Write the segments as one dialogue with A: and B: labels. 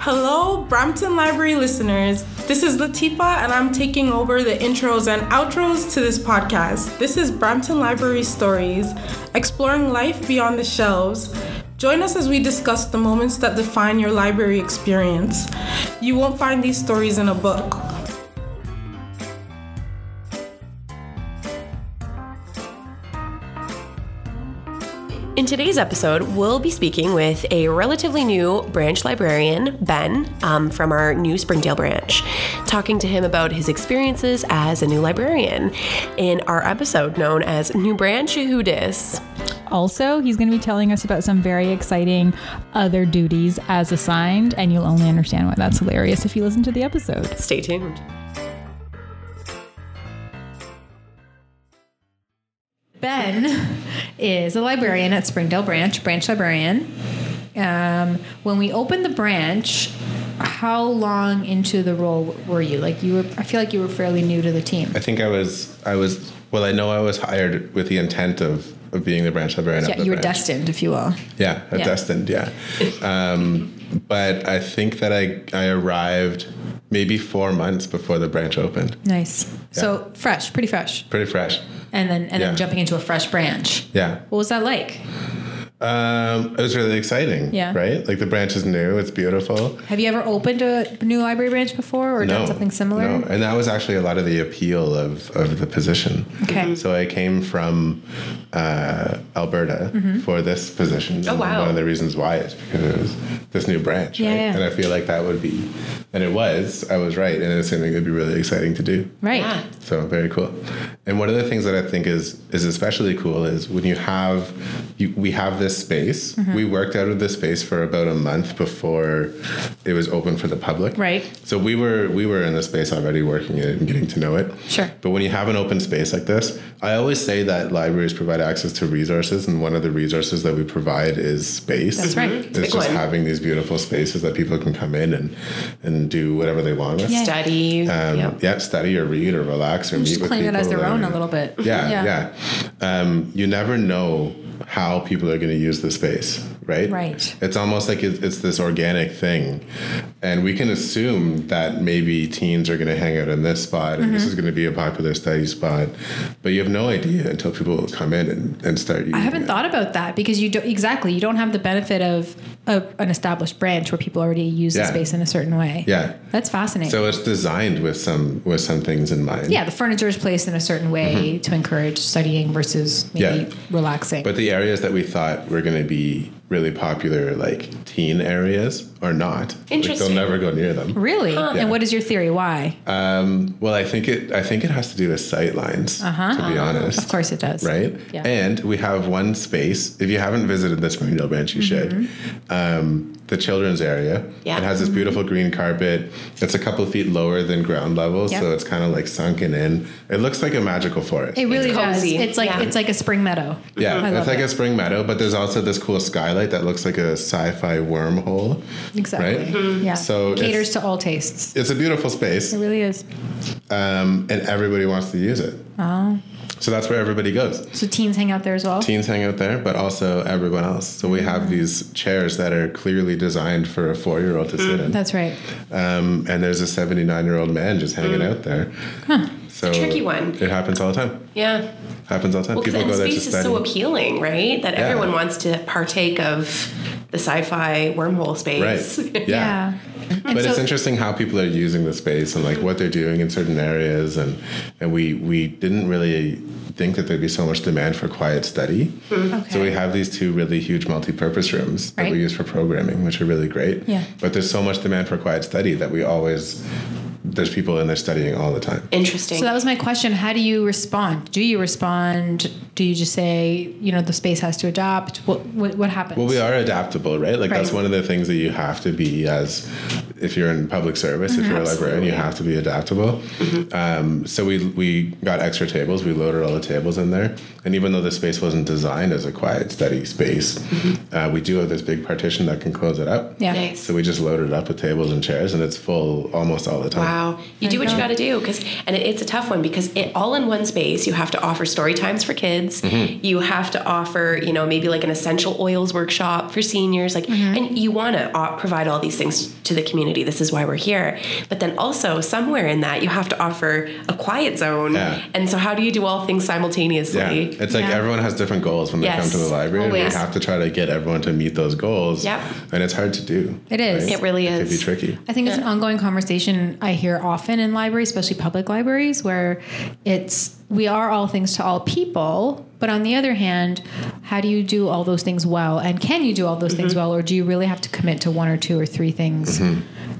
A: Hello, Brampton Library listeners. This is Latifa, and I'm taking over the intros and outros to this podcast. This is Brampton Library Stories, exploring life beyond the shelves. Join us as we discuss the moments that define your library experience. You won't find these stories in a book.
B: In today's episode, we'll be speaking with a relatively new branch librarian, Ben, um, from our new Springdale branch, talking to him about his experiences as a new librarian in our episode known as New Branch Who Dis.
C: Also, he's going to be telling us about some very exciting other duties as assigned, and you'll only understand why that's hilarious if you listen to the episode.
B: Stay tuned.
D: Ben is a librarian at Springdale Branch, branch librarian. Um, when we opened the branch, how long into the role were you? Like you were, I feel like you were fairly new to the team.
E: I think I was I was well I know I was hired with the intent of, of being the branch librarian. of
D: Yeah,
E: the
D: you were
E: branch.
D: destined, if you will.
E: Yeah,
D: Yeah.
E: destined. Yeah, um, but I think that I I arrived maybe four months before the branch opened.
D: Nice. So fresh, pretty fresh,
E: Pretty fresh.
D: and then and
E: Yeah.
D: then jumping into a fresh branch.
E: Yeah,
D: What was that like?
E: um, it was really exciting.
D: Yeah.
E: right. Like the branch is new. It's beautiful.
D: Have you ever opened a new library branch before or done something similar?
E: No, and that was actually a lot of the appeal of, of the position.
D: Okay.
E: So I came from uh, Alberta
D: Mm-hmm.
E: for this position. Oh,
B: wow.
E: One of the reasons why is because it was this new branch,
D: Yeah,
E: right?
D: yeah.
E: And I feel like that would be, and it was, I was right, and it's something that'd be really exciting to do.
D: Right.
E: So very cool. And one of the things that I think is is especially cool is when you have you we have this space. We worked out of this space for about a month before it was open for the public.
D: Right.
E: So we were we were in the space already working it and getting to know it.
D: Sure.
E: But when you have an open space like this, I always say that libraries provide access to resources and one of the resources that we provide is space.
D: That's right. Mhm.
E: It's,
B: a big
E: just
B: one.
E: having these beautiful spaces that people can come in and and do whatever they want with.
D: Yeah.
B: Study.
E: Um,
B: yep.
E: Yeah, study or read or relax or meet
D: Just
E: with
D: claim it
E: people
D: as their
E: that
D: own a
E: are-
D: little bit.
E: Yeah, yeah. Um, you never know how people are going to use the space, right?
D: Right.
E: It's almost like it's, it's this organic thing, and we can assume that maybe teens are going to hang out in this spot, and this
D: Mm-hmm.
E: is going to be a popular study spot, but you have no idea until people come in and, and start. Using
D: I haven't
E: it.
D: thought about that because you don't exactly you don't have the benefit of, of an established branch where people already use
E: Yeah.
D: the space in a certain way.
E: Yeah.
D: that's fascinating.
E: So it's designed with some with some things in mind.
D: yeah, the furniture is placed in a certain way to encourage studying versus maybe
E: Mm-hmm. Yeah.
D: relaxing.
E: But the areas that we thought were going to be really popular, like teen areas, are not.
B: Interesting.
E: Like they'll never go near them.
D: really,
E: Yeah.
D: and what is your theory? Why?
E: Uh, Well, I think it. I think it has to do with sight lines. To be honest.
D: Uh-huh. of course, it does.
E: Right.
D: Yeah.
E: And we have one space. If you haven't visited the Springdale branch, you
D: Mm-hmm.
E: should. Um, the children's area.
B: Yeah.
E: It has this beautiful green carpet. It's a couple feet lower than ground level,
D: Yeah.
E: so it's kind of like sunken in. It looks like a magical forest.
D: It really does.
B: cozy.
D: It's like
B: Yeah.
D: it's like a spring meadow.
E: Yeah,
D: I
E: it's
D: love
E: like
D: it.
E: a spring meadow, but there's also this cool skylight that looks like a sci-fi wormhole.
D: Exactly. Mm-hmm.
E: Right?
D: Yeah.
E: So
D: it
E: it's-
D: caters to all tastes.
E: It's a beautiful space,
D: It really is.
E: um, and everybody wants to use it. Oh. So that's where everybody goes.
D: So teens hang out there as well.
E: Teens hang out there, but also everyone else. So we have these chairs that are clearly designed for a four-year-old to sit in,
D: That's right.
E: um, and there's a 79-year-old man just hanging
D: Mm.
E: out there. So
B: tricky one.
E: It happens all the time.
B: Yeah.
E: Happens all the time.
B: Well, 'cause
E: People
B: that
E: go there to
B: space is
E: study.
B: so appealing, right? That everyone wants to partake of the sci-fi wormhole space.
E: right.
D: Yeah. And
E: but it's
D: so- Mm-hmm.
E: interesting how people are using the space and like what they're doing in certain areas and and we we didn't really think that there'd be so much demand for quiet study so we
D: Okay.
E: have these two really huge multi-purpose rooms that
D: Mm-hmm. Right.
E: we use for programming which are really great
D: Yeah.
E: but there's so much demand for quiet study that we always there's people in there studying all the time
B: Interesting.
D: So that was my question. How do you respond? Do you respond? Do you just say, you know, the space has to adapt? What what, what happens?
E: Well, we are adaptable, right? Like that's
D: Right.
E: one of the things that you have to be as if you're in public service,
B: Mm-hmm.
E: if you're a librarian, you have to be adaptable. Um, so we we got extra tables. We loaded all the tables in there, and even though the space wasn't designed as a quiet study space,
B: Mm-hmm.
E: uh, we do have this big partition that can close it up.
D: Yeah.
B: Nice.
E: So we just loaded it up with tables and chairs, and it's full almost all the time.
B: Wow, you do what you got to do because, and it, it's a tough one because it all in one space. You have to offer story times for kids.
E: Mm-hmm.
B: You have to offer, you know, maybe like an essential oils workshop for seniors. Like,
E: Mm-hmm.
B: and you want to uh, provide all these things to the community. This is why we're here. But then also somewhere in that, you have to offer a quiet zone.
E: Yeah.
B: And so, how do you do all things
E: Yeah,
B: simultaneously?
E: it's like everyone has different goals when
B: Yes,
E: they come to the library. and
B: always.
E: We have to try to get everyone to meet those goals.
B: Yep.
E: and it's hard to do.
D: It is.
B: It really
E: It could be
B: is.
E: tricky.
D: I think it's an ongoing conversation I hear often in libraries, especially public libraries, where it's we are all things to all people, but on the other hand, how do you do all those things well? And can you do all those things well, or do you really have to commit to one or two or three things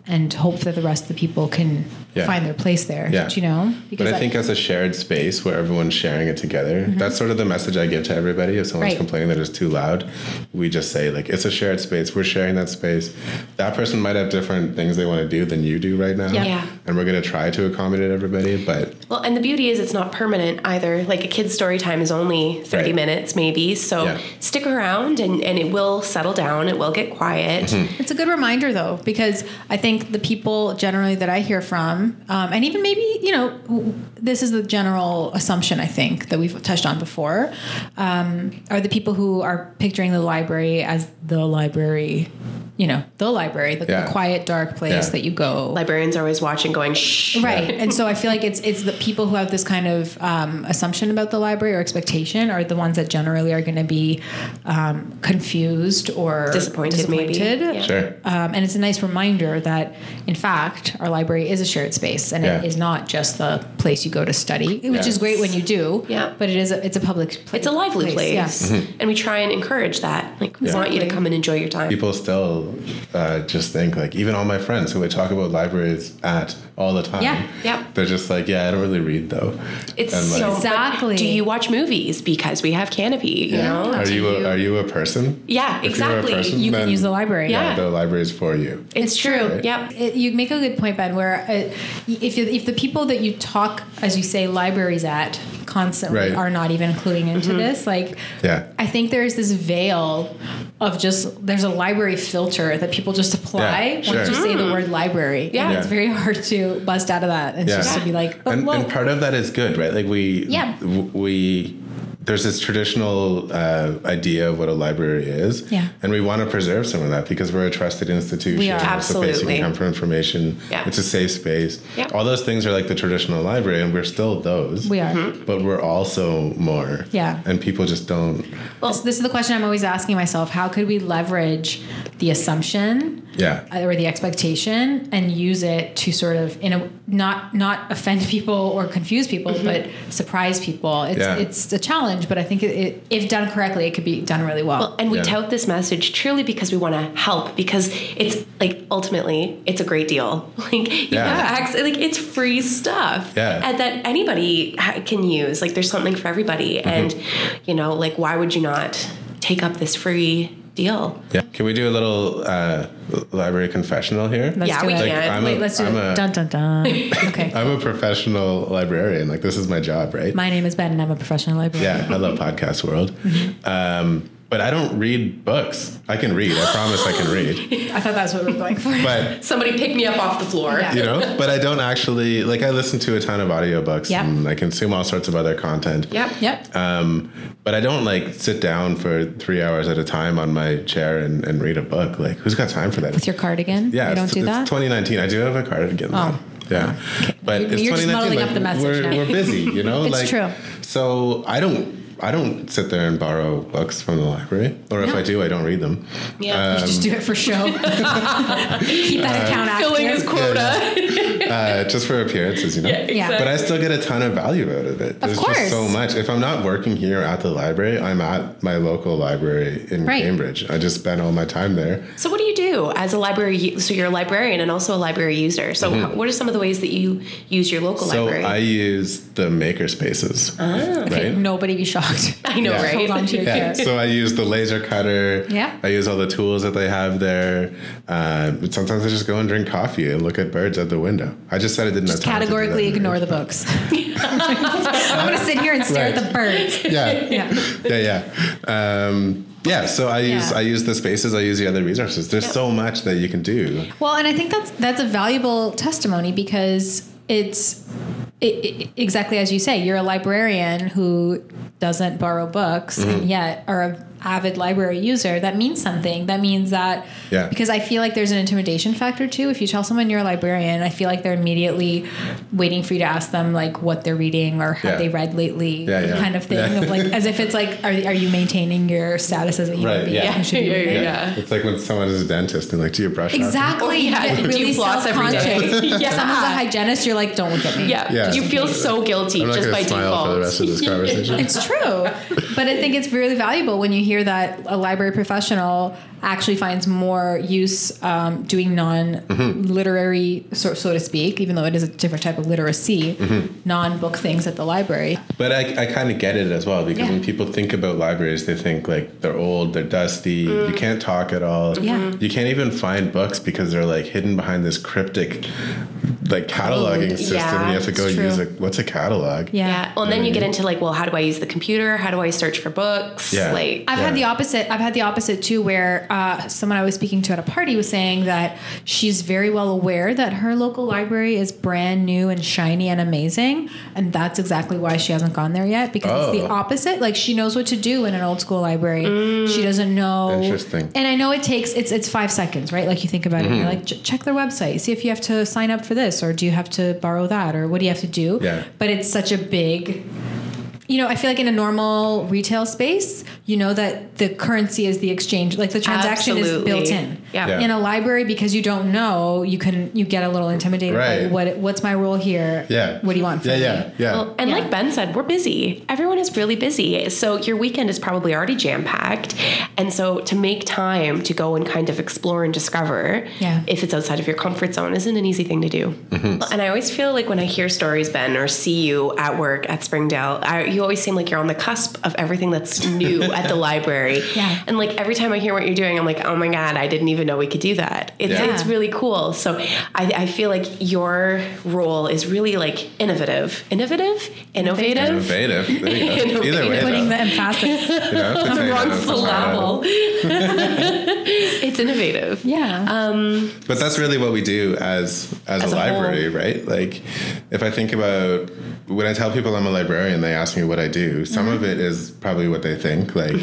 D: and hope that the rest of the people can
E: Mm-hmm. Yeah.
D: find their place there?
E: Yeah.
D: Do you know?
E: But I think as a shared space where everyone's sharing it together, that's sort of the message I give to everybody. If someone's
D: Right.
E: complaining that it's too loud, we just say like it's a shared space. We're sharing that space. That person might have different things they want to do than you do right now.
B: Yeah.
E: And we're gonna try to accommodate everybody, but
B: Well, and the beauty is it's not permanent either. Like a kid's story time is only 30
E: Right.
B: minutes, maybe. So
E: Yeah.
B: stick around and, and it will settle down. It will get quiet.
E: Mm-hmm.
D: It's a good reminder, though, because I think the people generally that I hear from, um, and even maybe, you know, w- this is the general assumption I think that we've touched on before, um, are the people who are picturing the library as the library, you know, the library, the, the
E: Yeah.
D: quiet, dark place
E: Yeah.
D: that you go.
B: Librarians are always watching, going, shh.
D: Right, and so I feel like it's it's the people who have this kind of um, assumption about the library or expectation are the ones that generally are going to be um, confused or
B: Disappointed, maybe.
D: disappointed.
B: Yeah.
E: sure.
D: Um, and it's a nice reminder that, in fact, our library is a shared space, and
E: Yeah.
D: it is not just the place you go to study, which is great when you do.
B: Yeah.
D: But it is a, it's a public place.
B: It's a lively place.
D: yeah.
E: Mm-hmm.
B: And we try and encourage that. Like, we want you to come and enjoy your time.
E: people still uh, just think like even all my friends who I talk about libraries at all the time.
D: Yeah,
B: yeah.
E: They're just like, yeah, I don't really read though.
B: It's
E: And, like-
B: so but
D: Exactly.
B: Do you watch movies? Because we have Canopy, you know?
E: Are you a, are you a person?
B: Yeah,
E: If you're a
B: exactly.
E: person,
D: You can
E: then
D: use the library.
B: Yeah.
E: The library's for you.
B: It's, true. Yep.
D: It, Uh, you make a good point, Ben. Where uh, if you, if the people that you talk, as you say, libraries at constantly
E: Right.
D: are not even including into this, like
E: Yeah.
D: I think there's this veil of just there's a library filter that people just apply once
E: Yeah, sure.
D: you say the word library.
B: Yeah.
D: and it's
E: Yeah.
D: very hard to bust out of that and
E: Yeah.
D: just to be like, but
E: and,
D: whoa.
E: and part of that is good, right? Like we,
D: Yeah.
E: w- we, there's this traditional uh, idea of what a library is,
D: Yeah.
E: and we want to preserve some of that because we're a trusted institution.
D: We are.
E: It's a place you
B: Absolutely.
E: can come for information.
B: Yeah.
E: It's a safe space.
B: Yeah.
E: All those things are like the traditional library, and we're still those. Mm-hmm.
D: we are.
E: but we're also more.
D: Yeah.
E: and people just don't.
D: This, this is the question I'm always asking myself: How could we leverage the assumption
E: Yeah,
D: or the expectation and use it to sort of in a not not offend people or confuse people, but surprise people? It's
E: Mm-hmm. Yeah.
D: it's a challenge, but I think it, it, if done correctly, it could be done really
B: Well, and we
E: Yeah.
B: tout this message truly because we want to help because it's like ultimately it's a great deal. Like you
E: Yeah.
B: have access, like it's free stuff
E: Yeah.
B: and that anybody ha- can use. Like there's something for everybody,
E: Mm-hmm.
B: and you know, like why would you not take up this free deal?
E: yeah. Can we do a little uh, library confessional here?
D: Let's
B: yeah,
D: do
B: we
D: it.
E: Like,
B: can.
E: I'm
D: Wait,
E: a-
D: let's do
E: I'm
D: it.
E: a-
D: dun dun dun. Okay.
E: I'm a professional librarian. Like this is my job, right?
D: My name is Ben, and I'm a professional librarian.
E: Yeah, I love podcast world. Um, but I don't read books. I can read. I promise I can read.
D: I thought that's what we were going for.
E: But
B: Somebody pick me up off the floor.
D: Yeah.
E: you know, but I don't actually like. I listen to a ton of audiobooks
D: Yep.
E: and I consume all sorts of other content.
B: Yep.
D: yep.
E: Um, but I don't like sit down for three hours at a time on my chair and, and read a book. Like, who's got time for that?
D: With your cardigan?
E: yeah,
D: You
E: it's-
D: don't do
E: it's
D: that?
E: 2019. I do have a cardigan. Oh. Yeah, but
D: You're
E: it's
D: just
E: 2019.
D: muddling up
E: like,
D: the message
E: we're,
D: now.
E: we're busy, you know.
D: It's
E: like,
D: true.
E: So I don't, I don't sit there and borrow books from the library, or if I do, I don't read them.
B: Yeah.
D: You just do it for show. Keep that account active.
B: Filling his quota.
E: uh, just for appearances, you know.
D: Yeah.
E: But I still get a ton of value out of it. There's
D: course.
E: just so much. If I'm not working here at the library, I'm at my local library in
D: Right.
E: Cambridge. I just spend all my time there.
B: So, what do you do as a library? u- So, you're a librarian and also a library user. So, how- what are some of the ways that you use your local
E: Mm-hmm. So
B: library?
E: I use the maker spaces, right?
D: Ah, Nobody be shocked. shocked.
B: I know,
E: Yeah.
B: right?
C: Hold on to your
E: Yeah.
C: chair.
E: So I use the laser cutter.
D: Yeah.
E: I use all the tools that they have there. Uh, but sometimes I just go and drink coffee and look at birds out the window. I just said I didn't
D: Just
E: have time to do that
D: categorically
E: in
D: ignore
E: English,
D: the
E: but-
D: books. I'm gonna sit here and stare at
E: Right.
D: the birds.
E: Yeah.
D: Yeah.
E: yeah, yeah. Um, yeah, so I use
D: Yeah.
E: I use the spaces, I use the other resources. There's so much that you can do.
D: Well, and I think that's that's a valuable testimony because it's i i exactly as you say. You're a librarian who doesn't borrow books,
E: Mm-hmm.
D: and yet are an avid library user. That means something. That means that
E: Yeah.
D: because I feel like there's an intimidation factor too. If you tell someone you're a librarian, I feel like they're immediately waiting for you to ask them like what they're reading or have
E: Yeah.
D: they read lately,
E: Yeah, yeah.
D: kind of thing. Of like as if it's like, are, are you maintaining your status as a human
E: Right,
D: being?
E: yeah.
D: You should be
B: Yeah, yeah,
D: reading.
B: Yeah.
E: It's like when someone is a dentist and like, do you brush after?"
D: Exactly.
B: Oh, yeah.
D: You get
B: Do
D: really
B: you floss every day?
D: self-conscious.
B: Yeah.
D: Someone's a hygienist, you're like, don't look at me.
B: Yeah.
E: Yeah.
B: You feel so guilty
E: I'm not
B: just
E: gonna
B: by
E: smile
B: default.
E: for the rest of this conversation.
D: It's true. but I think it's really valuable when you hear that a library professional actually finds more use um, doing non literary, so, so to speak, even though it is a different type of literacy, non book things at the library.
E: But I, I kind of get it as well because
D: Yeah.
E: when people think about libraries, they think like they're old, they're dusty, you can't talk at all.
D: Mm. Yeah. Mhm.
E: You can't even find books because they're like hidden behind this cryptic like cataloging
B: Code.
E: system.
B: Yeah,
E: you have to go
D: it's
E: use
D: true.
E: a what's a catalog?
D: Yeah.
B: Yeah. Well, and then you get into like, well, how do I use the computer? How do I search for books?
E: Yeah.
B: Like,
D: I've had the
E: Yeah.
D: opposite. I've had the opposite too, where uh, someone I was speaking to at a party was saying that she's very well aware that her local library is brand new and shiny and amazing, and that's exactly why she hasn't gone there yet because it's the
E: Oh.
D: opposite. Like she knows what to do in an old school library. She doesn't know.
E: Interesting. Mm-hmm.
D: And I know it takes it's it's five seconds, right? Like you think about it, and you're like "Ch- check their website, see if you have to sign up for this, or do you have to borrow that, or what do you have to do?
E: Yeah.
D: But it's such a big you know, I feel like in a normal retail space, you know that the currency is the exchange, like the transaction
B: Absolutely.
D: is built in.
B: Yeah.
E: Yeah.
D: In a library, because you don't know, you can you get a little intimidated.
E: Right.
D: By what what's my role here?
E: Yeah.
D: What do you want? From
E: Yeah,
D: me?
E: yeah, yeah.
B: Well, and like Ben said, we're busy. Everyone is really busy. So your weekend is probably already jam packed. And so to make time to go and kind of explore and discover,
D: Yeah. Mm-hmm.
B: if it's outside of your comfort zone, isn't an easy thing to do. And I always feel like when I hear stories, Ben, or see you at work at Springdale, I, you always seem like you're on the cusp of everything that's new at the library.
D: Yeah.
B: And like every time I hear what you're doing, I'm like, oh my God, I didn't even know we could do that. It's,
E: Yeah.
B: it's really cool. So I, I feel like your role is really like innovative, innovative, innovative.
E: Innovative. There you go. Either way,
D: Putting
E: though,
D: the emphasis.
E: you know, it's
B: The
E: a-
B: wrong
E: it's a-
B: syllable. it's innovative.
D: Yeah.
E: But that's really what we do as as,
B: As
E: a
B: a whole.
E: library, right? Like if I think about when I tell people I'm a librarian, they ask me what I do. Some of it is probably what they think. Like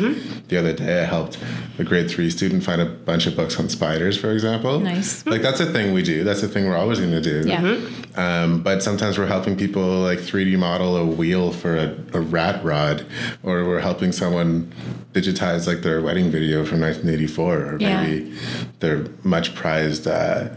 E: the other day I helped a grade three student find a bunch of books on spiders, for example.
D: Nice.
E: Like that's a thing we do. That's a thing we're always gonna do.
D: Yeah.
E: Um, but sometimes we're helping people like 3D model a wheel for a, a rat rod, or we're helping someone digitize like their wedding video from 1984, or
D: Yeah.
E: maybe their much prized uh,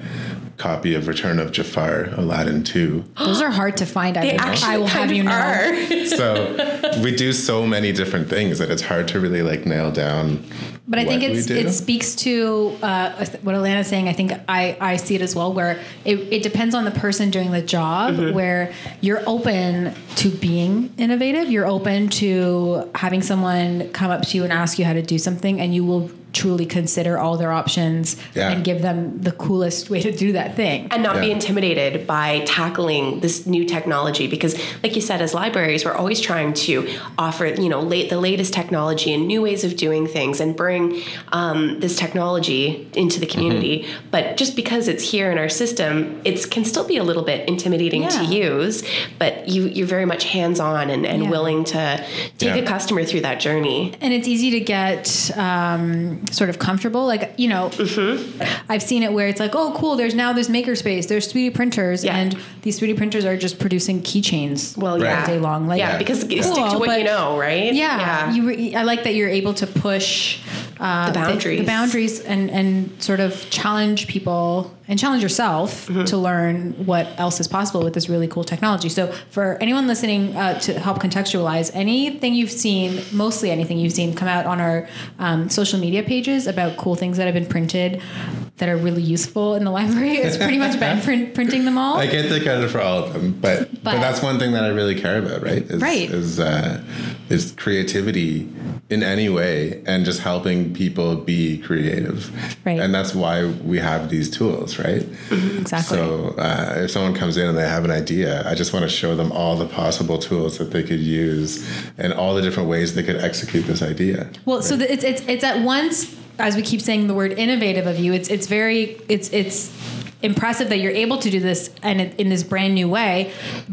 E: copy of Return of Jafar, Aladdin 2.
D: Those are hard to find. I,
B: They
D: think.
B: actually
D: I will
B: kind
D: have
B: of
D: you know.
B: are.
E: so we do so many different things that it's hard to really like nail down.
D: But I think
E: what we
D: it's
E: do.
D: it speaks to uh, what Alana's saying. I think I, I see it as well, where it, it depends on the person doing the job, where you're open to being innovative. You're open to having someone come up to you and ask you how to do something, and you will truly consider all their options
E: Yeah.
D: and give them the coolest way to do that thing.
B: and not be
E: Yeah.
B: intimidated by tackling this new technology because like you said as libraries we're always trying to offer you know late the latest technology and new ways of doing things and bring um, this technology into the community
E: Mm-hmm.
B: but just because it's here in our system it can still be a little bit intimidating to
D: Yeah.
B: use but you you're very much hands-on and, and
D: Yeah.
B: willing to take a
E: Yeah.
B: customer through that journey
D: and it's easy to get um, sort of comfortable. Like you know,
B: Mm-hmm.
D: I've seen it where it's like, oh, cool. There's now there's makerspace. There's 3D printers,
B: Yeah.
D: and these 3D printers are just producing keychains
B: well
D: all
B: yeah
D: day long. Like
B: yeah, because stick to
D: Cool,
B: what
D: but-
B: you know right
D: yeah, You re- I like that you're able to push uh,
B: The boundaries.
D: the, boundaries, and and sort of challenge people and challenge yourself to learn what else is possible with this really cool technology. So for anyone listening uh, to help contextualize anything you've seen, mostly anything you've seen come out on our um, social media pages about cool things that have been printed that are really useful in the library. It's pretty much been print, printing them all.
E: I can't take credit for all of them, but, but
D: But-
E: that's one thing that I really care about, right? Is,
D: Right.
E: Is uh, is creativity in any way and just helping people be creative,
D: Right. Mm-hmm.
E: And that's why we have these tools, right?
D: exactly.
E: So uh, if someone comes in and they have an idea, I just want to show them all the possible tools that they could use and all the different ways they could execute this idea.
D: Well, so the, it's it's it's at once as we keep saying the word innovative of you. It's it's very it's it's impressive that you're able to do this and it, in this brand new way,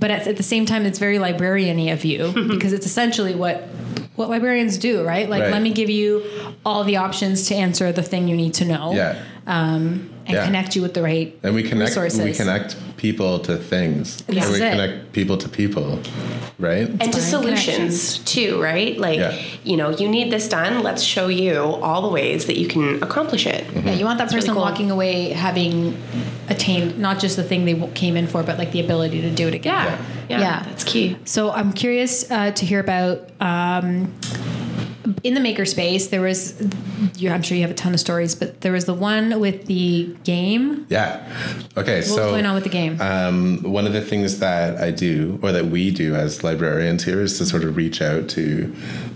D: but at, at the same time, it's very librarian-y of you because it's essentially what what librarians do, right? Like,
E: Right.
D: let me give you all the options to answer the thing you need to know,
E: Yeah.
D: um, and
E: Yeah.
D: connect you with the right
E: And we connect we
D: resources.
E: connect people to things.
D: This
E: and
D: is
E: we
D: it.
E: connect people to people, right?
B: and to
D: Inspiring
B: solutions too, right? Like,
E: Yeah.
B: you know, you need this done. Let's show you all the ways that you can accomplish it.
D: Yeah, you want that
B: really
D: person
B: cool.
D: walking away having attained not just the thing they w- came in for, but like the ability to do it again.
B: Yeah. Yeah. That's key.
D: So I'm curious uh, to hear about um, in the makerspace. There was, you I'm sure you have a ton of stories, but there was the one with the game.
E: Yeah. Okay.
D: What
E: so
D: was going on with the game?
E: um, one of the things that I do, or that we do as librarians here, is to sort of reach out to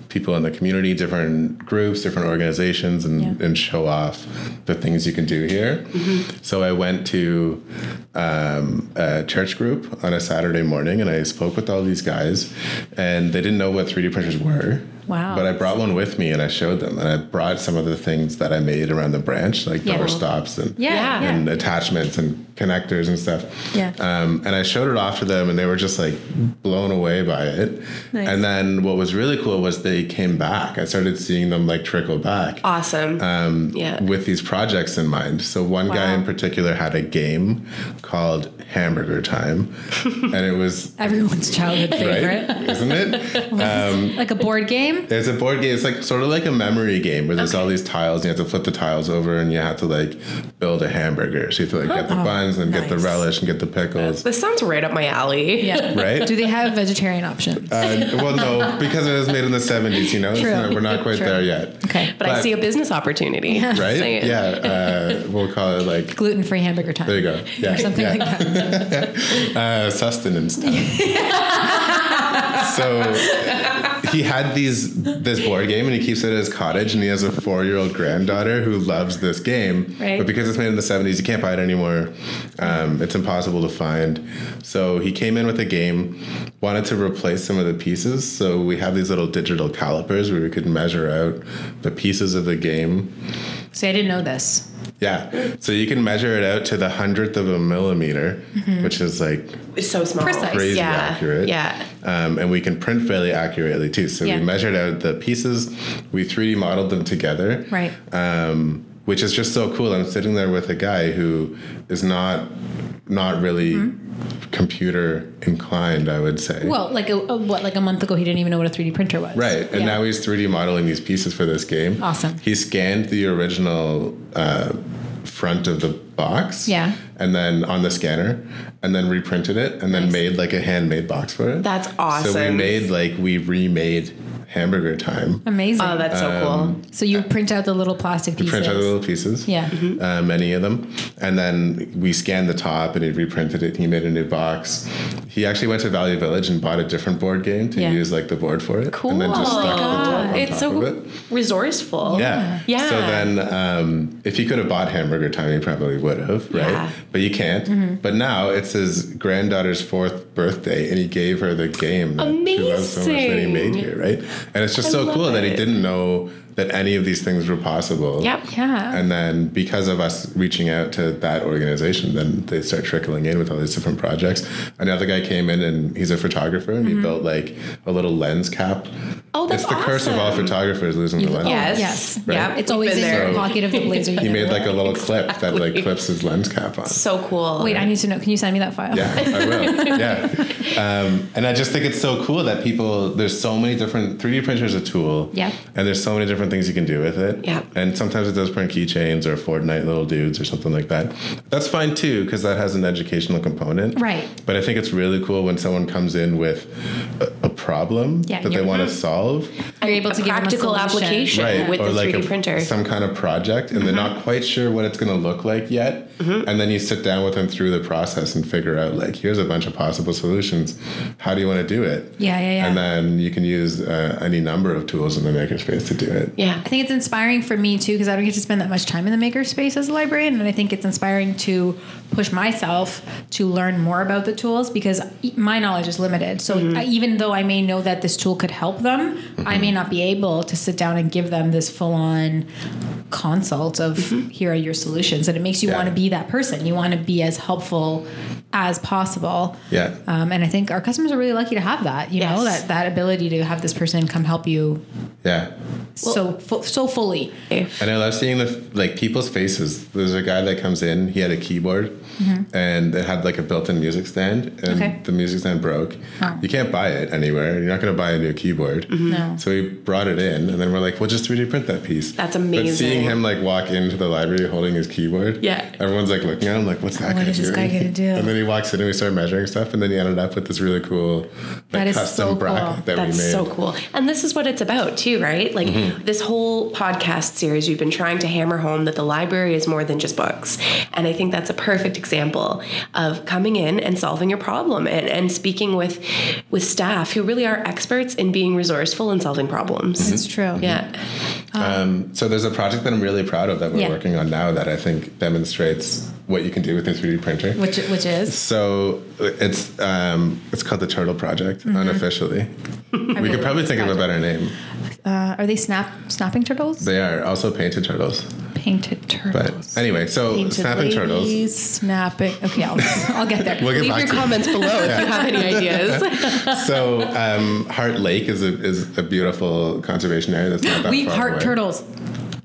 E: people in the community, different groups, different organizations, and, and show off the things you can do here.
D: Mm-hmm.
E: So I went to um, a church group on a Saturday morning and I spoke with all these guys, and they didn't know what 3D printers were.
D: Wow.
E: But I brought one with me and I showed them, and I brought some of the things that I made around the branch, like
D: Yeah.
E: door stops and
D: yeah,
B: yeah.
E: and attachments and connectors and stuff.
D: Yeah.
E: Um, and I showed it off to them, and they were just like blown away by it.
D: Nice.
E: And then what was really cool was they came back. I started seeing them like trickle back
B: Awesome.
E: um,
B: Yeah.
E: with these projects in mind. So one guy
D: Wow.
E: in particular had a game called Hamburger Time, and it was
D: Everyone's childhood favorite,
E: right, isn't it? Um,
D: like a board game.
E: it's a board game. It's like sort of like a memory game where there's all these tiles. And you have to flip the tiles over, and you have to like build a hamburger. So you have to like get the buns and get the
D: Oh, nice.
E: relish and get the pickles,
B: this sounds right up my alley.
D: Yeah.
E: right?
D: Do they have vegetarian options?
E: uh, well, no, because it was made in the '70s. You know, It's
D: True.
E: not- we're not quite
D: True.
E: there yet,
D: okay.
B: But, I
E: But-
B: see a business opportunity. Yeah.
E: right? Yeah, uh, we'll call it like
D: Gluten free hamburger time.
E: there you go. Yeah,
D: Or something
E: yeah.
D: like that.
E: uh, sustenance time. so he had these this board game and he keeps it at his cottage and he has a four year old granddaughter who loves this game.
D: Right.
E: But because it's made in the seventies, you can't buy it anymore. Um, it's impossible to find. So he came in with a game, wanted to replace some of the pieces. So we have these little digital calipers where we could measure out the pieces of the game.
D: See, I didn't know this.
E: Yeah. So you can measure it out to the hundredth of a millimeter, which is like
B: It's so small.
D: Precise.
E: crazy
B: Yeah.
E: accurate.
B: Yeah.
E: Um, and we can print fairly accurately too. So
D: Yeah.
E: we measured out the pieces, we 3D modeled them together.
D: Right.
E: Um, which is just so cool. I'm sitting there with a guy who is not not really computer inclined, I would say.
D: Mm-hmm. Well, like a, a- what, like a month ago, he didn't even know what a 3D printer was.
E: Right, and
D: Yeah.
E: now he's 3D modeling these pieces for this game.
D: Awesome.
E: He scanned the original uh, front of the box.
D: Yeah.
E: And then on the scanner, and then reprinted it, and then made like a handmade box for it.
B: That's
E: So we
B: awesome.
E: made like we remade Hamburger Time.
D: amazing.
B: Oh, that's so
E: um,
B: cool.
D: so you print out the little plastic pieces.
E: Print out the little pieces.
D: Yeah.
E: Uh, many of them, and then we scanned the top, and he reprinted it. He made a new box. He actually went to Value Village and bought a different board game to
D: Yeah.
E: use like the board for it, and then
D: Oh
E: just
B: Cool.
E: stuck the board on
B: It's
E: top
B: so
E: of it.
B: resourceful.
E: Yeah.
B: Oh, Yeah.
E: So then, um, if he could have bought hamburger time, he probably would have, right?
B: Yeah. Mm-hmm.
E: But you can't. But now it's his granddaughter's fourth birthday, and he gave her the game that she loves so much that he
B: Amazing.
E: made here, right? And it's just
B: I
E: so
B: love
E: cool that he
B: it.
E: didn't know that any of these things were possible.
B: Yep.
D: Yeah.
E: And then because of us reaching out to that organization, then they start trickling in with all these different projects. Another guy came in and he's a photographer and he built like a little lens cap.
B: Mm-hmm. Oh, that's
E: It's the curse of all
B: awesome.
E: photographers losing the lens. cap.
B: Yes.
D: yes.
B: Yeah.
E: Right.
D: It's always in
B: Been
D: your
E: So-
D: pocket of the blazer.
E: He
D: you
E: made
D: wear.
E: like a little clip that like clips his lens cap on.
B: So cool.
D: Wait, I need to know. Can you send me that file?
E: Yeah, I will. Yeah. Um, and I just think it's so cool that people, there's so many different, 3D printers a tool.
D: Yeah.
E: And there's so many different things you can do with it.
B: Yeah.
E: And sometimes it does print keychains or Fortnite little dudes or something like that. That's fine too, because that has an educational component.
D: Right.
E: But I think it's really cool when someone comes in with a, a problem
D: Yeah,
E: that they
D: you're-
E: want to solve.
D: You're able to
B: a
D: give 'em a
B: practical
D: solution.
B: application with the 3D
E: a-
B: printer.
E: some kind of project, and they're not quite sure what it's going to look like yet. And then you sit down with them through the process and figure out like, here's a bunch of possible solutions. How do you want to do it?
D: Yeah, yeah, yeah.
E: And then you can use uh, any number of tools in the makerspace to do it.
B: yeah.
D: I think it's inspiring for me too because I don't get to spend that much time in the maker space as a librarian, and I think it's inspiring to push myself to learn more about the tools because e- my knowledge is limited. So
E: Mm-hmm.
D: I, even though I may know that this tool could help them, I may not be able to sit down and give them this full on consult of here are your solutions, and it makes you
E: Mm-hmm. Yeah.
D: want to be that person. You want to be as helpful as possible.
E: Yeah.
D: Um, and I think our customers are really lucky to have that. You know
B: Yes.
D: that that ability to have this person come help you
E: Yeah.
D: so fu- so fully.
E: And I love seeing the like people's faces. There's a guy that comes in. He had a keyboard, and it had like a built-in music stand, and
D: Mm-hmm. Okay.
E: the music stand broke. You can't buy it anywhere. You're not going to buy a new keyboard.
B: Mm-hmm.
D: No.
E: So we brought it in, and then we're like, "We'll just 3D print that piece."
B: That's
E: But seeing
B: amazing.
E: him like walk into the library holding his keyboard,
B: Yeah.
E: everyone's like looking at him like, "What's that
D: What
E: guy
D: is this guy
E: doing?"
D: gonna do?
E: And then he walks in, and we start measuring stuff, and then he ended up with this really cool
D: That
E: like,
D: is
E: custom
D: so
E: bracket
D: cool.
E: that
B: That's
E: we made. Mm-hmm.
B: so cool. And this is what it's about, too, right? Like this whole podcast series, we've been trying to hammer home that the library is more than just books. And I think that's a perfect example of coming in and solving your problem and, and speaking with with staff who really are experts in being resourceful and solving problems.
E: Mm-hmm.
D: It's true.
B: Yeah.
E: Um, so there's a project that I'm really proud of that we're
D: Yeah.
E: working on now that I think demonstrates what you can do with a 3D printer.
D: Which which is
E: so it's um, it's called the Turtle Project
D: Mm-hmm.
E: unofficially. we could probably think of a better name.
D: uh, are they snap snapping turtles?
E: They are also painted turtles.
D: Painted
E: But
D: turtles.
E: anyway, so
D: Painted
E: snapping turtles.
D: ladies, Snapping. Okay, I'll, I'll get there.
E: We'll get
B: Leave
E: back
B: your
E: to
B: comments below if you have any ideas.
E: So um, Heart Lake is a is a beautiful conservation area that's not that
D: we
E: far
D: heart
E: away.
D: turtles.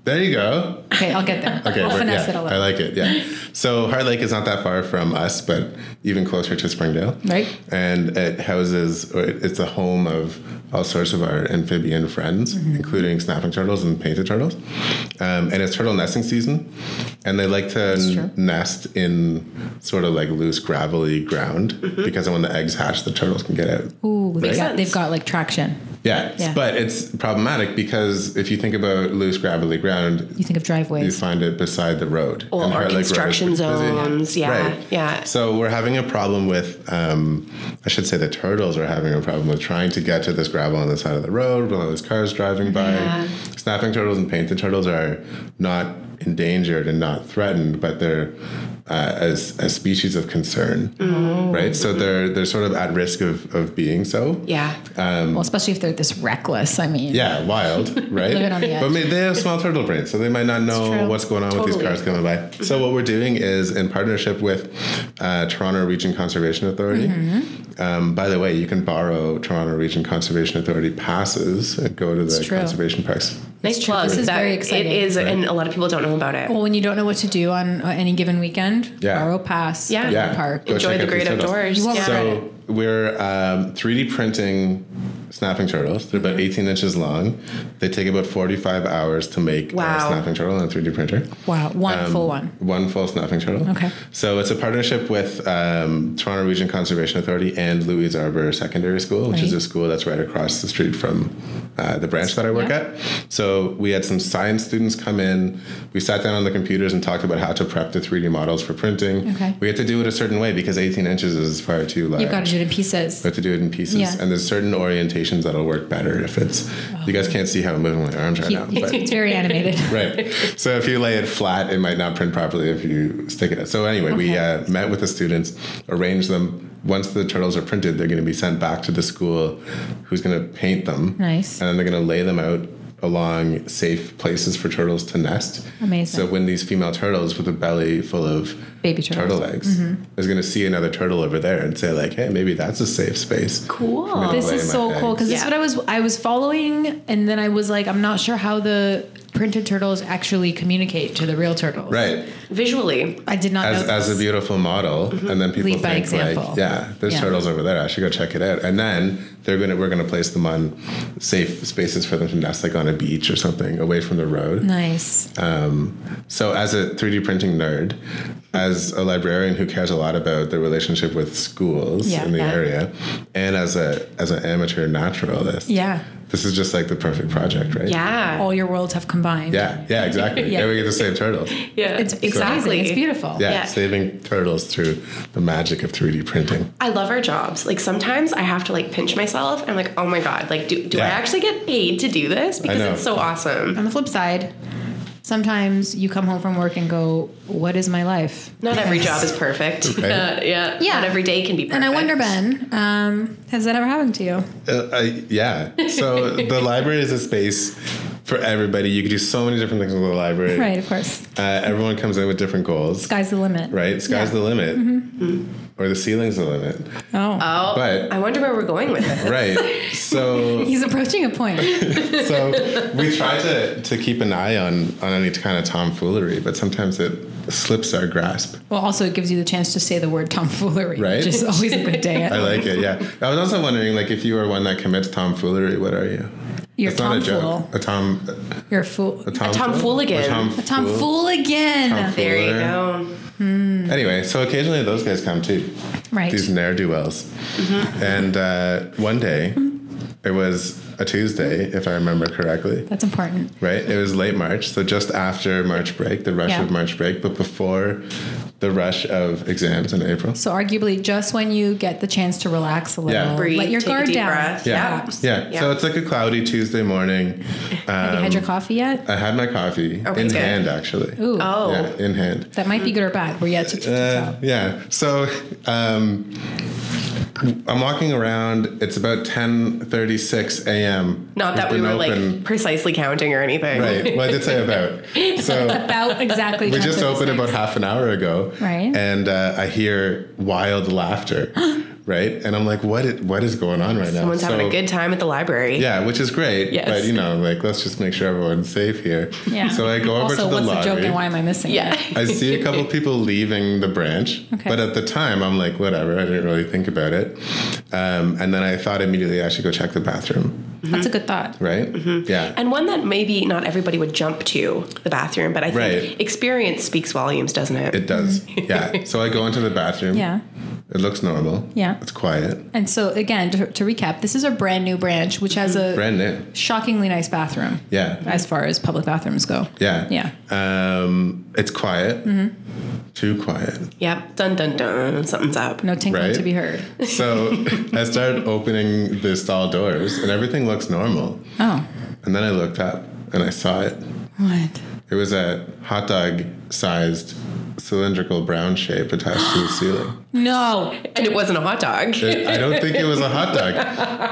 E: There you go.
D: Okay, I'll get there.
E: Okay,
D: I'll
E: we're-
D: finesse
E: yeah,
D: it a
E: I
D: little.
E: like it. Yeah. So Heart Lake is not that far from us, but even closer to Springdale.
D: Right.
E: And it houses, or it- it's a home of all sorts of our amphibian friends,
D: Mm-hmm.
E: including snapping turtles and painted turtles. Um, and it's turtle nesting season, and they like to
D: true.
E: n- nest in sort of like loose gravelly ground because when the eggs hatch, the turtles can get out.
D: Mm-hmm. Ooh, they've
E: Right.
D: got, they've got like traction.
E: Yeah.
D: Yeah.
E: But it's problematic because if you think about loose gravelly ground,
D: You think of
E: you
D: driveways.
E: find it beside the road.
B: Well,
E: And
B: our
E: Heart Lake Road is
B: construction
E: pretty busy.
B: zones. Yeah.
E: Right.
B: Yeah.
E: So we're having a problem with, um, I should say the turtles are having a problem with trying to get to this gravel on the side of the road with all those cars driving by. Snapping turtles and painted turtles are not endangered and not threatened, but they're uh, as a species of concern,
B: Oh.
E: right? So they're they're sort of at risk of, of being so.
B: Yeah.
E: Uh,
D: well, especially if they're this reckless. I mean,
E: Yeah, wild, right?
D: Living on the edge.
E: But maybe they have small turtle brains, so they might not know
D: true.
E: what's going on with
B: Totally.
E: these cars coming by. So what we're doing is in partnership with uh, Toronto Region Conservation Authority.
D: Mm-hmm.
E: Um, by the way, you can borrow Toronto Region Conservation Authority passes and go to the
D: true.
E: conservation parks.
B: Nice
D: true.
B: plug.
D: This is
B: That-
D: very
B: It
D: exciting.
B: is, and a lot of people don't know about it.
D: Well, when you don't know what to do on uh, any given weekend,
E: Yeah.
D: borrow pass,
B: Yeah.
D: go to the
E: Yeah.
D: park.
E: Go
B: Enjoy
E: check
B: the
E: out
B: great
E: these turtles.
B: outdoors.
D: You won't
B: Yeah.
D: regret it.
E: So we're um, 3D printing snapping turtles. They're about 18 inches long. They take about 45 hours to make a
B: Wow.
E: snapping turtle on a 3D printer.
D: Wow, one
E: Um,
D: full one.
E: One full snapping turtle.
D: Okay.
E: So it's a partnership with um, Toronto Region Conservation Authority and Louise Arbor Secondary School, which is
D: Right.
E: a school that's right across the street from uh, the branch that I work
D: Yeah.
E: at. So we had some science students come in. We sat down on the computers and talked about how to prep the 3D models for printing.
D: Okay.
E: We had to do it a certain way because 18 inches is far too large.
D: You've got to do it in pieces.
E: We have to do it in pieces,
D: Yeah. Oh.
E: and there's certain orientations that'll work better if it's. You guys can't see how I'm moving my arms right now, but
D: It's very animated.
E: right. So if you lay it flat, it might not print properly if you stick it. So anyway, we uh, met with the students, arranged them. Once the turtles are printed, they're going to be sent back to the school, who's going to paint them.
D: Nice.
E: And then they're going to lay them out along safe places for turtles to nest.
D: Amazing.
E: So when these female turtles with a belly full of
D: Baby turtles. Mm-hmm.
E: turtle eggs is going to see another turtle over there and say like, "Hey, maybe that's a safe space."
B: Cool.
E: This
D: This
E: lay
D: is
E: my
D: so cool because
B: Yeah.
D: this is what I was I was following, and then I was like, I'm not sure how the printed turtles actually communicate to the real turtles.
E: Right.
B: Visually.
D: I did not
E: as,
D: know.
E: as a beautiful model, and then people
D: Mm-hmm. Lead by
E: think
D: example.
E: like, yeah, there's
D: Yeah.
E: turtles over there. I should go check it out. And then they're gonna we're gonna place them on safe spaces for them to nest, like on a beach or something, away from the road.
D: nice.
E: Um, so as a 3D printing nerd, as a librarian who cares a lot about the relationship with schools
D: Yeah.
E: in the
B: Yeah.
E: area, and as a as an amateur naturalist,
D: Yeah.
E: this is just like the perfect project, right?
B: Yeah.
D: All your worlds have combined.
E: yeah, yeah, exactly.
D: Yeah.
E: yeah. we get to save turtles.
B: Yeah.
D: It's exactly.
B: exactly.
D: It's beautiful.
E: Yeah,
B: Yeah.
E: saving turtles through the magic of 3D printing.
B: I love our jobs. Like sometimes I have to like pinch myself. and I'm like, oh my god, like do, do I
E: Yeah.
B: actually get paid to do this? Because
E: know.
B: it's so awesome.
D: On the flip side, sometimes you come home from work and go, "What is my life?"
B: Not every job is perfect.
E: Right.
B: Uh, yeah.
D: Yeah.
B: Not every day can be perfect.
D: And I wonder, Ben, um, has that ever happened to you?
E: Uh, I, yeah. So the library is a space for everybody. You can do so many different things with the library.
D: Right, of course.
E: Uh, everyone comes in with different goals,
D: Sky's the limit.
E: right? Sky's the limit,
D: Mm-hmm.
E: Mm-hmm. or the ceiling's the limit,
D: Oh.
B: Oh,
E: But-
B: I wonder where we're going with it.
E: right? So
D: He's approaching a point.
E: so we try to, to keep an eye on on any kind of tomfoolery, but sometimes it slips our grasp.
D: Well, also it gives you the chance to say the word tomfoolery,
E: Right.
D: which is always a good day.
E: I like it. Yeah. I was also wondering, like, if you are one that commits tomfoolery, what are you?
D: You're
E: it's not a
D: tomfool.
E: joke. A tom.
D: You're a fool.
E: A tom.
B: tomfooligan.
E: A
D: Tomfool again.
B: There you
E: Cooler.
B: go.
E: Anyway, so occasionally those guys come too.
D: Right.
E: These ne'er do wells. And uh, one day, it was a Tuesday, if I remember correctly,
D: That's important.
E: right? It was late March, so just after March break, the rush
D: Yeah.
E: of March break, but before the rush of exams in April.
D: So arguably, just when you get the chance to relax a little,
E: Yeah.
B: Breathe,
D: let your
B: take a
D: guard
B: deep
D: down.
B: breath.
E: Yeah. yeah.
B: Yeah.
E: So it's like a cloudy Tuesday morning. Uh,
D: Have you had your
E: Um,
D: coffee yet?
E: I had my coffee
B: Okay,
E: in
B: good.
E: hand, actually.
D: Ooh,
B: Oh.
E: Yeah, in hand.
D: that might be good or bad. We're yet to figure this
E: Uh,
D: out.
E: yeah. So um, I'm walking around. It's about 10:36 a.m.
B: Not
E: We've
B: that we
E: been
B: were
E: open-
B: like precisely counting or anything.
E: right. Well, I did say about. So
D: About exactly.
E: we just
D: 10:36.
E: opened about half an hour ago.
D: Right.
E: And uh, I hear wild laughter. right. And I'm like, what? Is, what is going on right now?
B: Someone's having
E: So-
B: a good time at the library.
E: Yeah, which is great.
B: Yes.
E: But you know, like, let's just make sure everyone's safe here.
D: Yeah.
E: So I go over
D: also,
E: to the
D: what's
E: lobby.
D: the joke and why am I missing
B: Yeah.
D: it?
E: I see a couple people leaving the branch,
D: Okay.
E: but at the time I'm like, whatever. I didn't really think about it, um, and then I thought immediately I should go check the bathroom,
D: That's a good thought.
E: right?
B: Mm-hmm.
E: Yeah,
B: And one that maybe not everybody would jump to the bathroom, but I think
E: Right.
B: experience speaks volumes, doesn't it?
E: it does. yeah, so I go into the bathroom.
D: Yeah.
E: it looks normal.
D: Yeah.
E: it's quiet,
D: And so again, to, to recap, this is a brand new branch which has a
E: brand new.
D: shockingly nice bathroom.
E: Yeah,
D: As far as public bathrooms go.
E: yeah,
D: Yeah.
E: Um, it's quiet. Too quiet.
B: yep. Dun dun dun. Something's up.
D: No tinkling
E: Right.
D: to be heard.
E: So I started opening the stall doors, and everything looks normal.
D: Oh.
E: And then I looked up, and I saw it.
D: What?
E: It was a hot dog sized cylindrical brown shape attached to the ceiling.
D: No.
B: And it wasn't a hot dog.
E: It- I don't think it was a hot dog.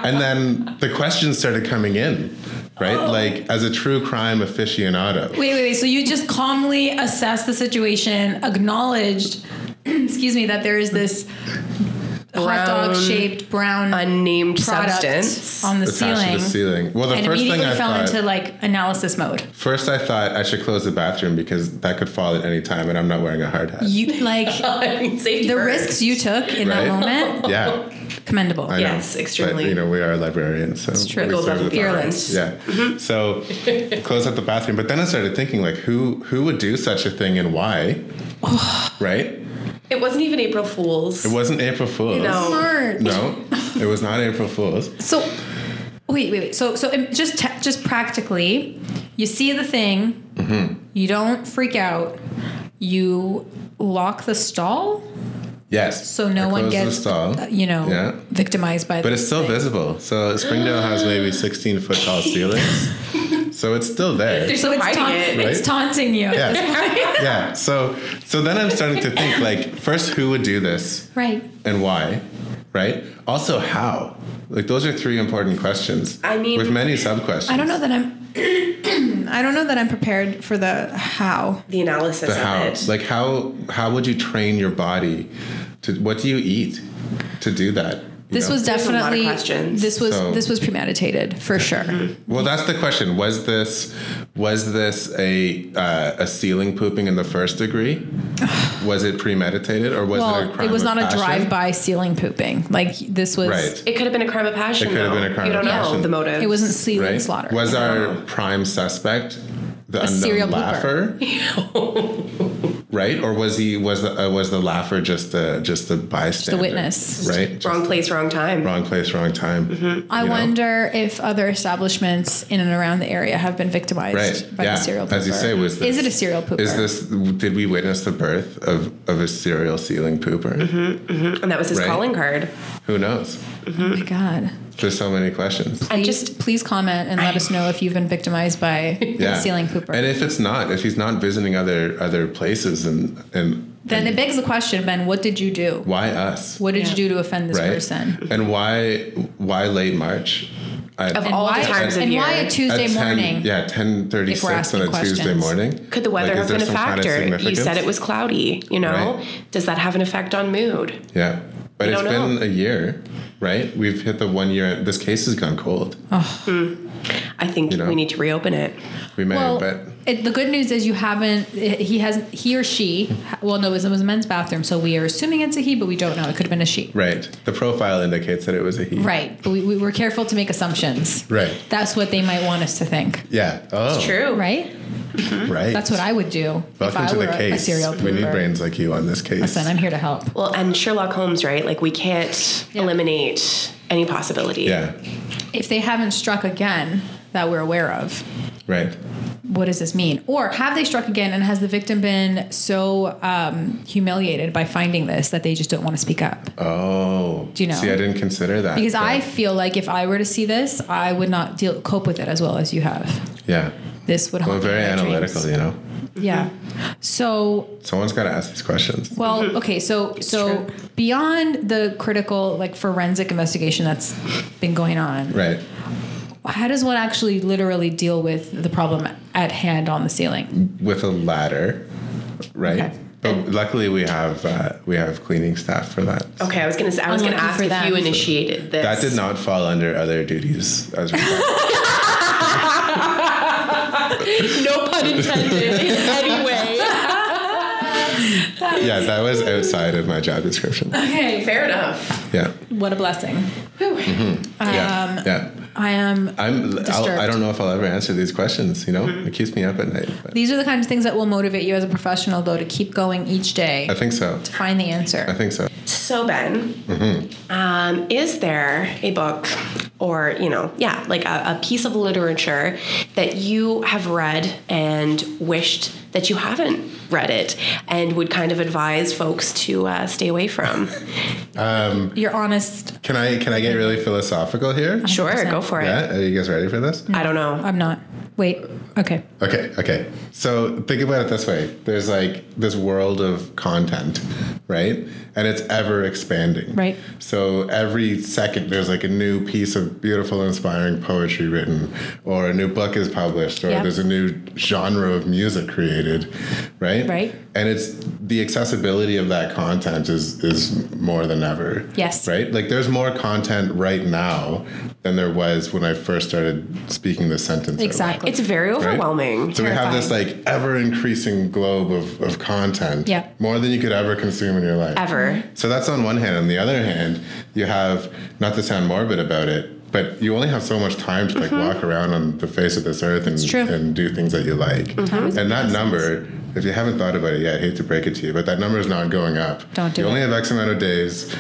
E: And then the questions started coming in, right? Like, as a true crime aficionado.
D: Wait, wait, wait. So you just calmly assessed the situation, acknowledged, excuse me, that there is this hot dog shaped brown
B: Unnamed
D: product
B: substance.
D: on the
E: Attached
D: ceiling.
E: to the ceiling. Well, the
D: And
E: first thing
D: immediately
E: I
D: fell
E: thought.
D: into like analysis mode.
E: first, I thought I should close the bathroom because that could fall at any time, and I'm not wearing a hard hat.
D: You like
B: I mean, safety
D: the
B: first.
D: risks you took in that
E: Right.
D: moment,
E: Yeah,
D: commendable.
E: I know.
B: Yes, extremely.
E: But, you know, we are librarians, so it's
D: true.
B: Goes up fearless.
E: Yeah. So close up the bathroom. But then I started thinking like who who would do such a thing and why? right?
B: It wasn't even April Fool's.
E: It wasn't April Fool's.
B: No.
D: Smart.
E: No, it was not April Fool's.
D: So wait, wait, wait. So so um, just te- just practically, you see the thing,
E: Mm-hmm.
D: you don't freak out, you lock the stall,
E: Yes.
D: so no
E: I
D: one
E: closed the
D: gets
E: stall.
D: uh, you know
E: Yeah.
D: victimized by.
E: But
D: this
E: it's still
D: thing.
E: visible. So Springdale has maybe 16 foot tall ceilings. so it's still there.
D: So it's,
B: hiding
D: taunt-
B: it.
D: it's
E: Right?
D: taunting you.
E: Yes. Yeah. So so then I'm starting to think like first who would do this?
D: right.
E: and why, right? Also, how? Like those are three important questions.
B: I mean-
E: with many sub questions.
D: I don't know that I'm. I don't know that I'm prepared for the how.
B: the analysis
E: the
B: of
E: how.
B: it.
E: Like how? How would you train your body? To what do you eat to do that? you
D: This
E: know?
D: was
B: There's a lot of
D: definitely
B: questions.
D: this was
E: So- Mm-hmm.
D: this was premeditated for sure.
E: well. That's the question. Was this was this a uh, a ceiling pooping in the first degree? was it premeditated or was it a
D: Well,
E: crime?
D: it was
E: of
D: not a
E: passion?
D: drive-by ceiling pooping. Like this was.
E: Right.
B: it could have been a crime of passion.
E: It could have
B: though.
E: been a crime
B: You
E: of
B: don't know
E: passion.
B: the motive.
D: It wasn't ceiling
E: Right.
D: slaughter.
E: Was our prime suspect the unknown
D: serial blooper.
E: laugher? right? Or was he was the uh, was the laugher just the just the bystander?
D: witness.
E: right? Just
B: Wrong place, wrong time.
E: wrong place, wrong time.
D: I
E: you know?
D: wonder if other establishments in and around the area have been victimized
E: Right.
D: by
E: yeah.
D: the serial pooper.
E: As you say, was this,
D: is it a serial pooper?
E: Is this did we witness the birth of of a serial ceiling pooper?
B: And that was his
E: Right.
B: calling card.
E: Who knows?
D: Oh my god!
E: There's so many questions.
B: And just
D: Just please comment and let us know if you've been victimized by
E: Yeah.
D: the ceiling pooper.
E: And if it's not, if he's not visiting other other places, and and
D: then it begs the question, Ben. What did you do?
E: why us?
D: What did
A: Yeah.
D: you do to offend this
E: right?
D: person?
E: And why why late March? I,
B: Of
D: And
B: all
D: why,
B: the times of
D: and why
B: year.
D: a
E: at
D: Tuesday
E: 10
D: morning?
E: Yeah, ten thirty
D: if we're
E: six on
D: asking
E: a Tuesday
D: questions.
E: morning.
B: could the weather
E: Like, is
B: have been
E: there
B: a
E: some kind of
B: factor? you said
E: significance?
B: it was cloudy, you know?
E: Right.
B: Does that have an effect on mood?
E: Yeah. But
B: We
E: it's
B: don't
E: been
B: know.
E: a year, right? We've hit the one year. This case has gone cold.
D: Oh,
B: I think
E: know.
B: we need to reopen it.
E: We may,
D: Well,
E: but
D: it, the good news is you haven't. He has he or she. Well, no, it was, it was a men's bathroom, so we are assuming it's a he, but we don't know. It could have been a she.
E: right. The profile indicates that it was a he.
D: Right, but we, we were careful to make assumptions.
E: Right.
D: That's what they might want us to think.
E: Yeah. Oh,
B: True.
D: Right?
E: right.
D: That's what I would do if
E: Welcome
D: I
E: to
D: were
E: the
D: a
E: case.
D: serial
E: we need
D: pooper.
E: brains like you on this case.
D: Listen, I'm here to help.
B: Well, and Sherlock Holmes, right? Like we can't eliminate any possibility.
E: yeah.
D: If they haven't struck again that we're aware of,
E: Right.
D: what does this mean? Or have they struck again and has the victim been so um, humiliated by finding this that they just don't want to speak up?
E: Oh.
D: Do you know?
E: See, I didn't consider that.
D: Because I
E: but-
D: feel like if I were to see this, I would not deal cope with it as well as you have.
E: Yeah.
D: This would
E: Well,
D: haunt me
E: very
D: in my
E: analytical,
D: dreams.
E: you know?
D: Yeah. So
E: Someone's got to ask these questions.
D: Well, okay, so so beyond the critical like forensic investigation that's been going on,
E: Right.
D: how does one actually literally deal with the problem at hand on the ceiling?
E: With a ladder. Right.
D: Okay.
E: But luckily, we have uh, we have cleaning staff for that.
B: Okay, I was gonna. I was gonna
D: Unlucky
B: ask
D: for
B: if
D: them.
B: you initiated this.
E: That did not fall under other duties as required.
B: No pun intended. in any way.
E: yeah, that was outside of my job description.
D: Okay,
B: Fair enough.
E: Yeah.
D: what a blessing.
B: Um,
E: yeah. Yeah.
D: I am.
E: I'm. I'll, I
D: disturbed.
E: don't know if I'll ever answer these questions. You know, it keeps me up at night. But
D: These are the kinds of things that will motivate you as a professional, though, to keep going each day
E: I think so.
D: to find the
E: I
D: answer.
E: think so.
B: So Ben,
E: Mm-hmm.
B: um, is there a book or you know, yeah, like a, a piece of literature that you have read and wished that you haven't read it, and would kind of advise folks to uh, stay away from?
D: You're honest.
E: Can I? Can I get really philosophical here?
B: Sure, Mm. go for it.
E: Yeah. Are you guys ready for this?
B: I don't know.
D: I'm not. Wait. Okay.
E: Okay, okay. So think about it this way. There's like this world of content, right? And it's ever expanding.
D: Right.
E: So every second there's like a new piece of beautiful, inspiring poetry written, or a new book is published, or
D: Yeah.
E: there's a new genre of music created, right?
D: Right.
E: And it's the accessibility of that content is is more than ever.
D: Yes.
E: Right? Like there's more content right now than there was when I first started speaking this sentence. out loud.
D: Exactly.
B: It's very overwhelming.
E: So we have this like ever increasing globe of, of content.
D: Yeah.
E: More than you could ever consume in your life.
B: Ever.
E: So that's on one hand. On the other hand, you have not to sound morbid about it, but you only have so much time to like walk around on the face of this earth and,
D: Mm-hmm. true. Mm-hmm.
E: and do things that you like. And that number, if you haven't thought about it yet, I hate to break it to you, but that number is not going up.
D: Don't do
E: You only
D: it.
E: have X amount of days.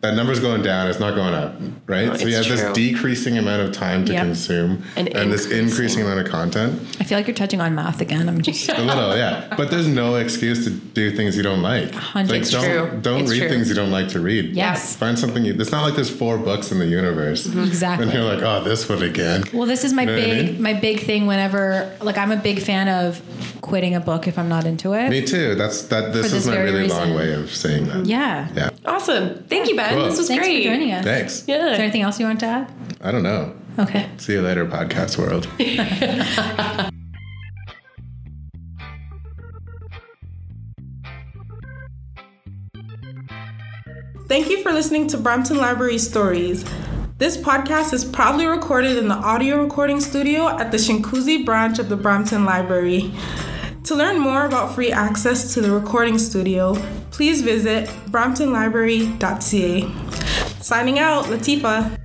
E: That number's going down, it's not going up, right? so you have
B: it's
E: this
B: true.
E: decreasing amount of time to
D: Yep.
E: consume
B: And
E: this increasing amount of content.
D: I feel like you're touching on math again. I'm just.
E: A little, yeah. But there's no excuse to do things you don't like.
D: hundred
E: Like,
D: percent.
E: don't
B: It's true.
E: don't
B: It's
E: read
B: true.
E: things you don't like to read.
D: Yes.
E: Find something. You, it's not like there's four books in the universe.
D: Mm-hmm. Exactly.
E: And you're like, oh, this one again.
D: Well, this is my
E: You know what I
D: big
E: mean?
D: my big thing. Whenever like I'm a big fan of quitting a book if I'm not into it.
E: Me too. That's that. This,
D: this
E: is my
D: very
E: really long
D: reason.
E: way of saying that.
D: Yeah.
E: Yeah.
B: Awesome. Thank you, Ben.
E: Cool.
B: This was
D: Thanks
B: great.
D: for joining us.
E: Thanks.
B: Yeah.
D: Is there anything else you want to add?
E: I don't know.
D: Okay.
E: See you later, podcast world.
A: Thank you for listening to Brampton Library Stories. This podcast is proudly recorded in the audio recording studio at the Shinkuzi branch of the Brampton Library. To learn more about free access to the recording studio, please visit bramptonlibrary.ca. Signing out, Latifa.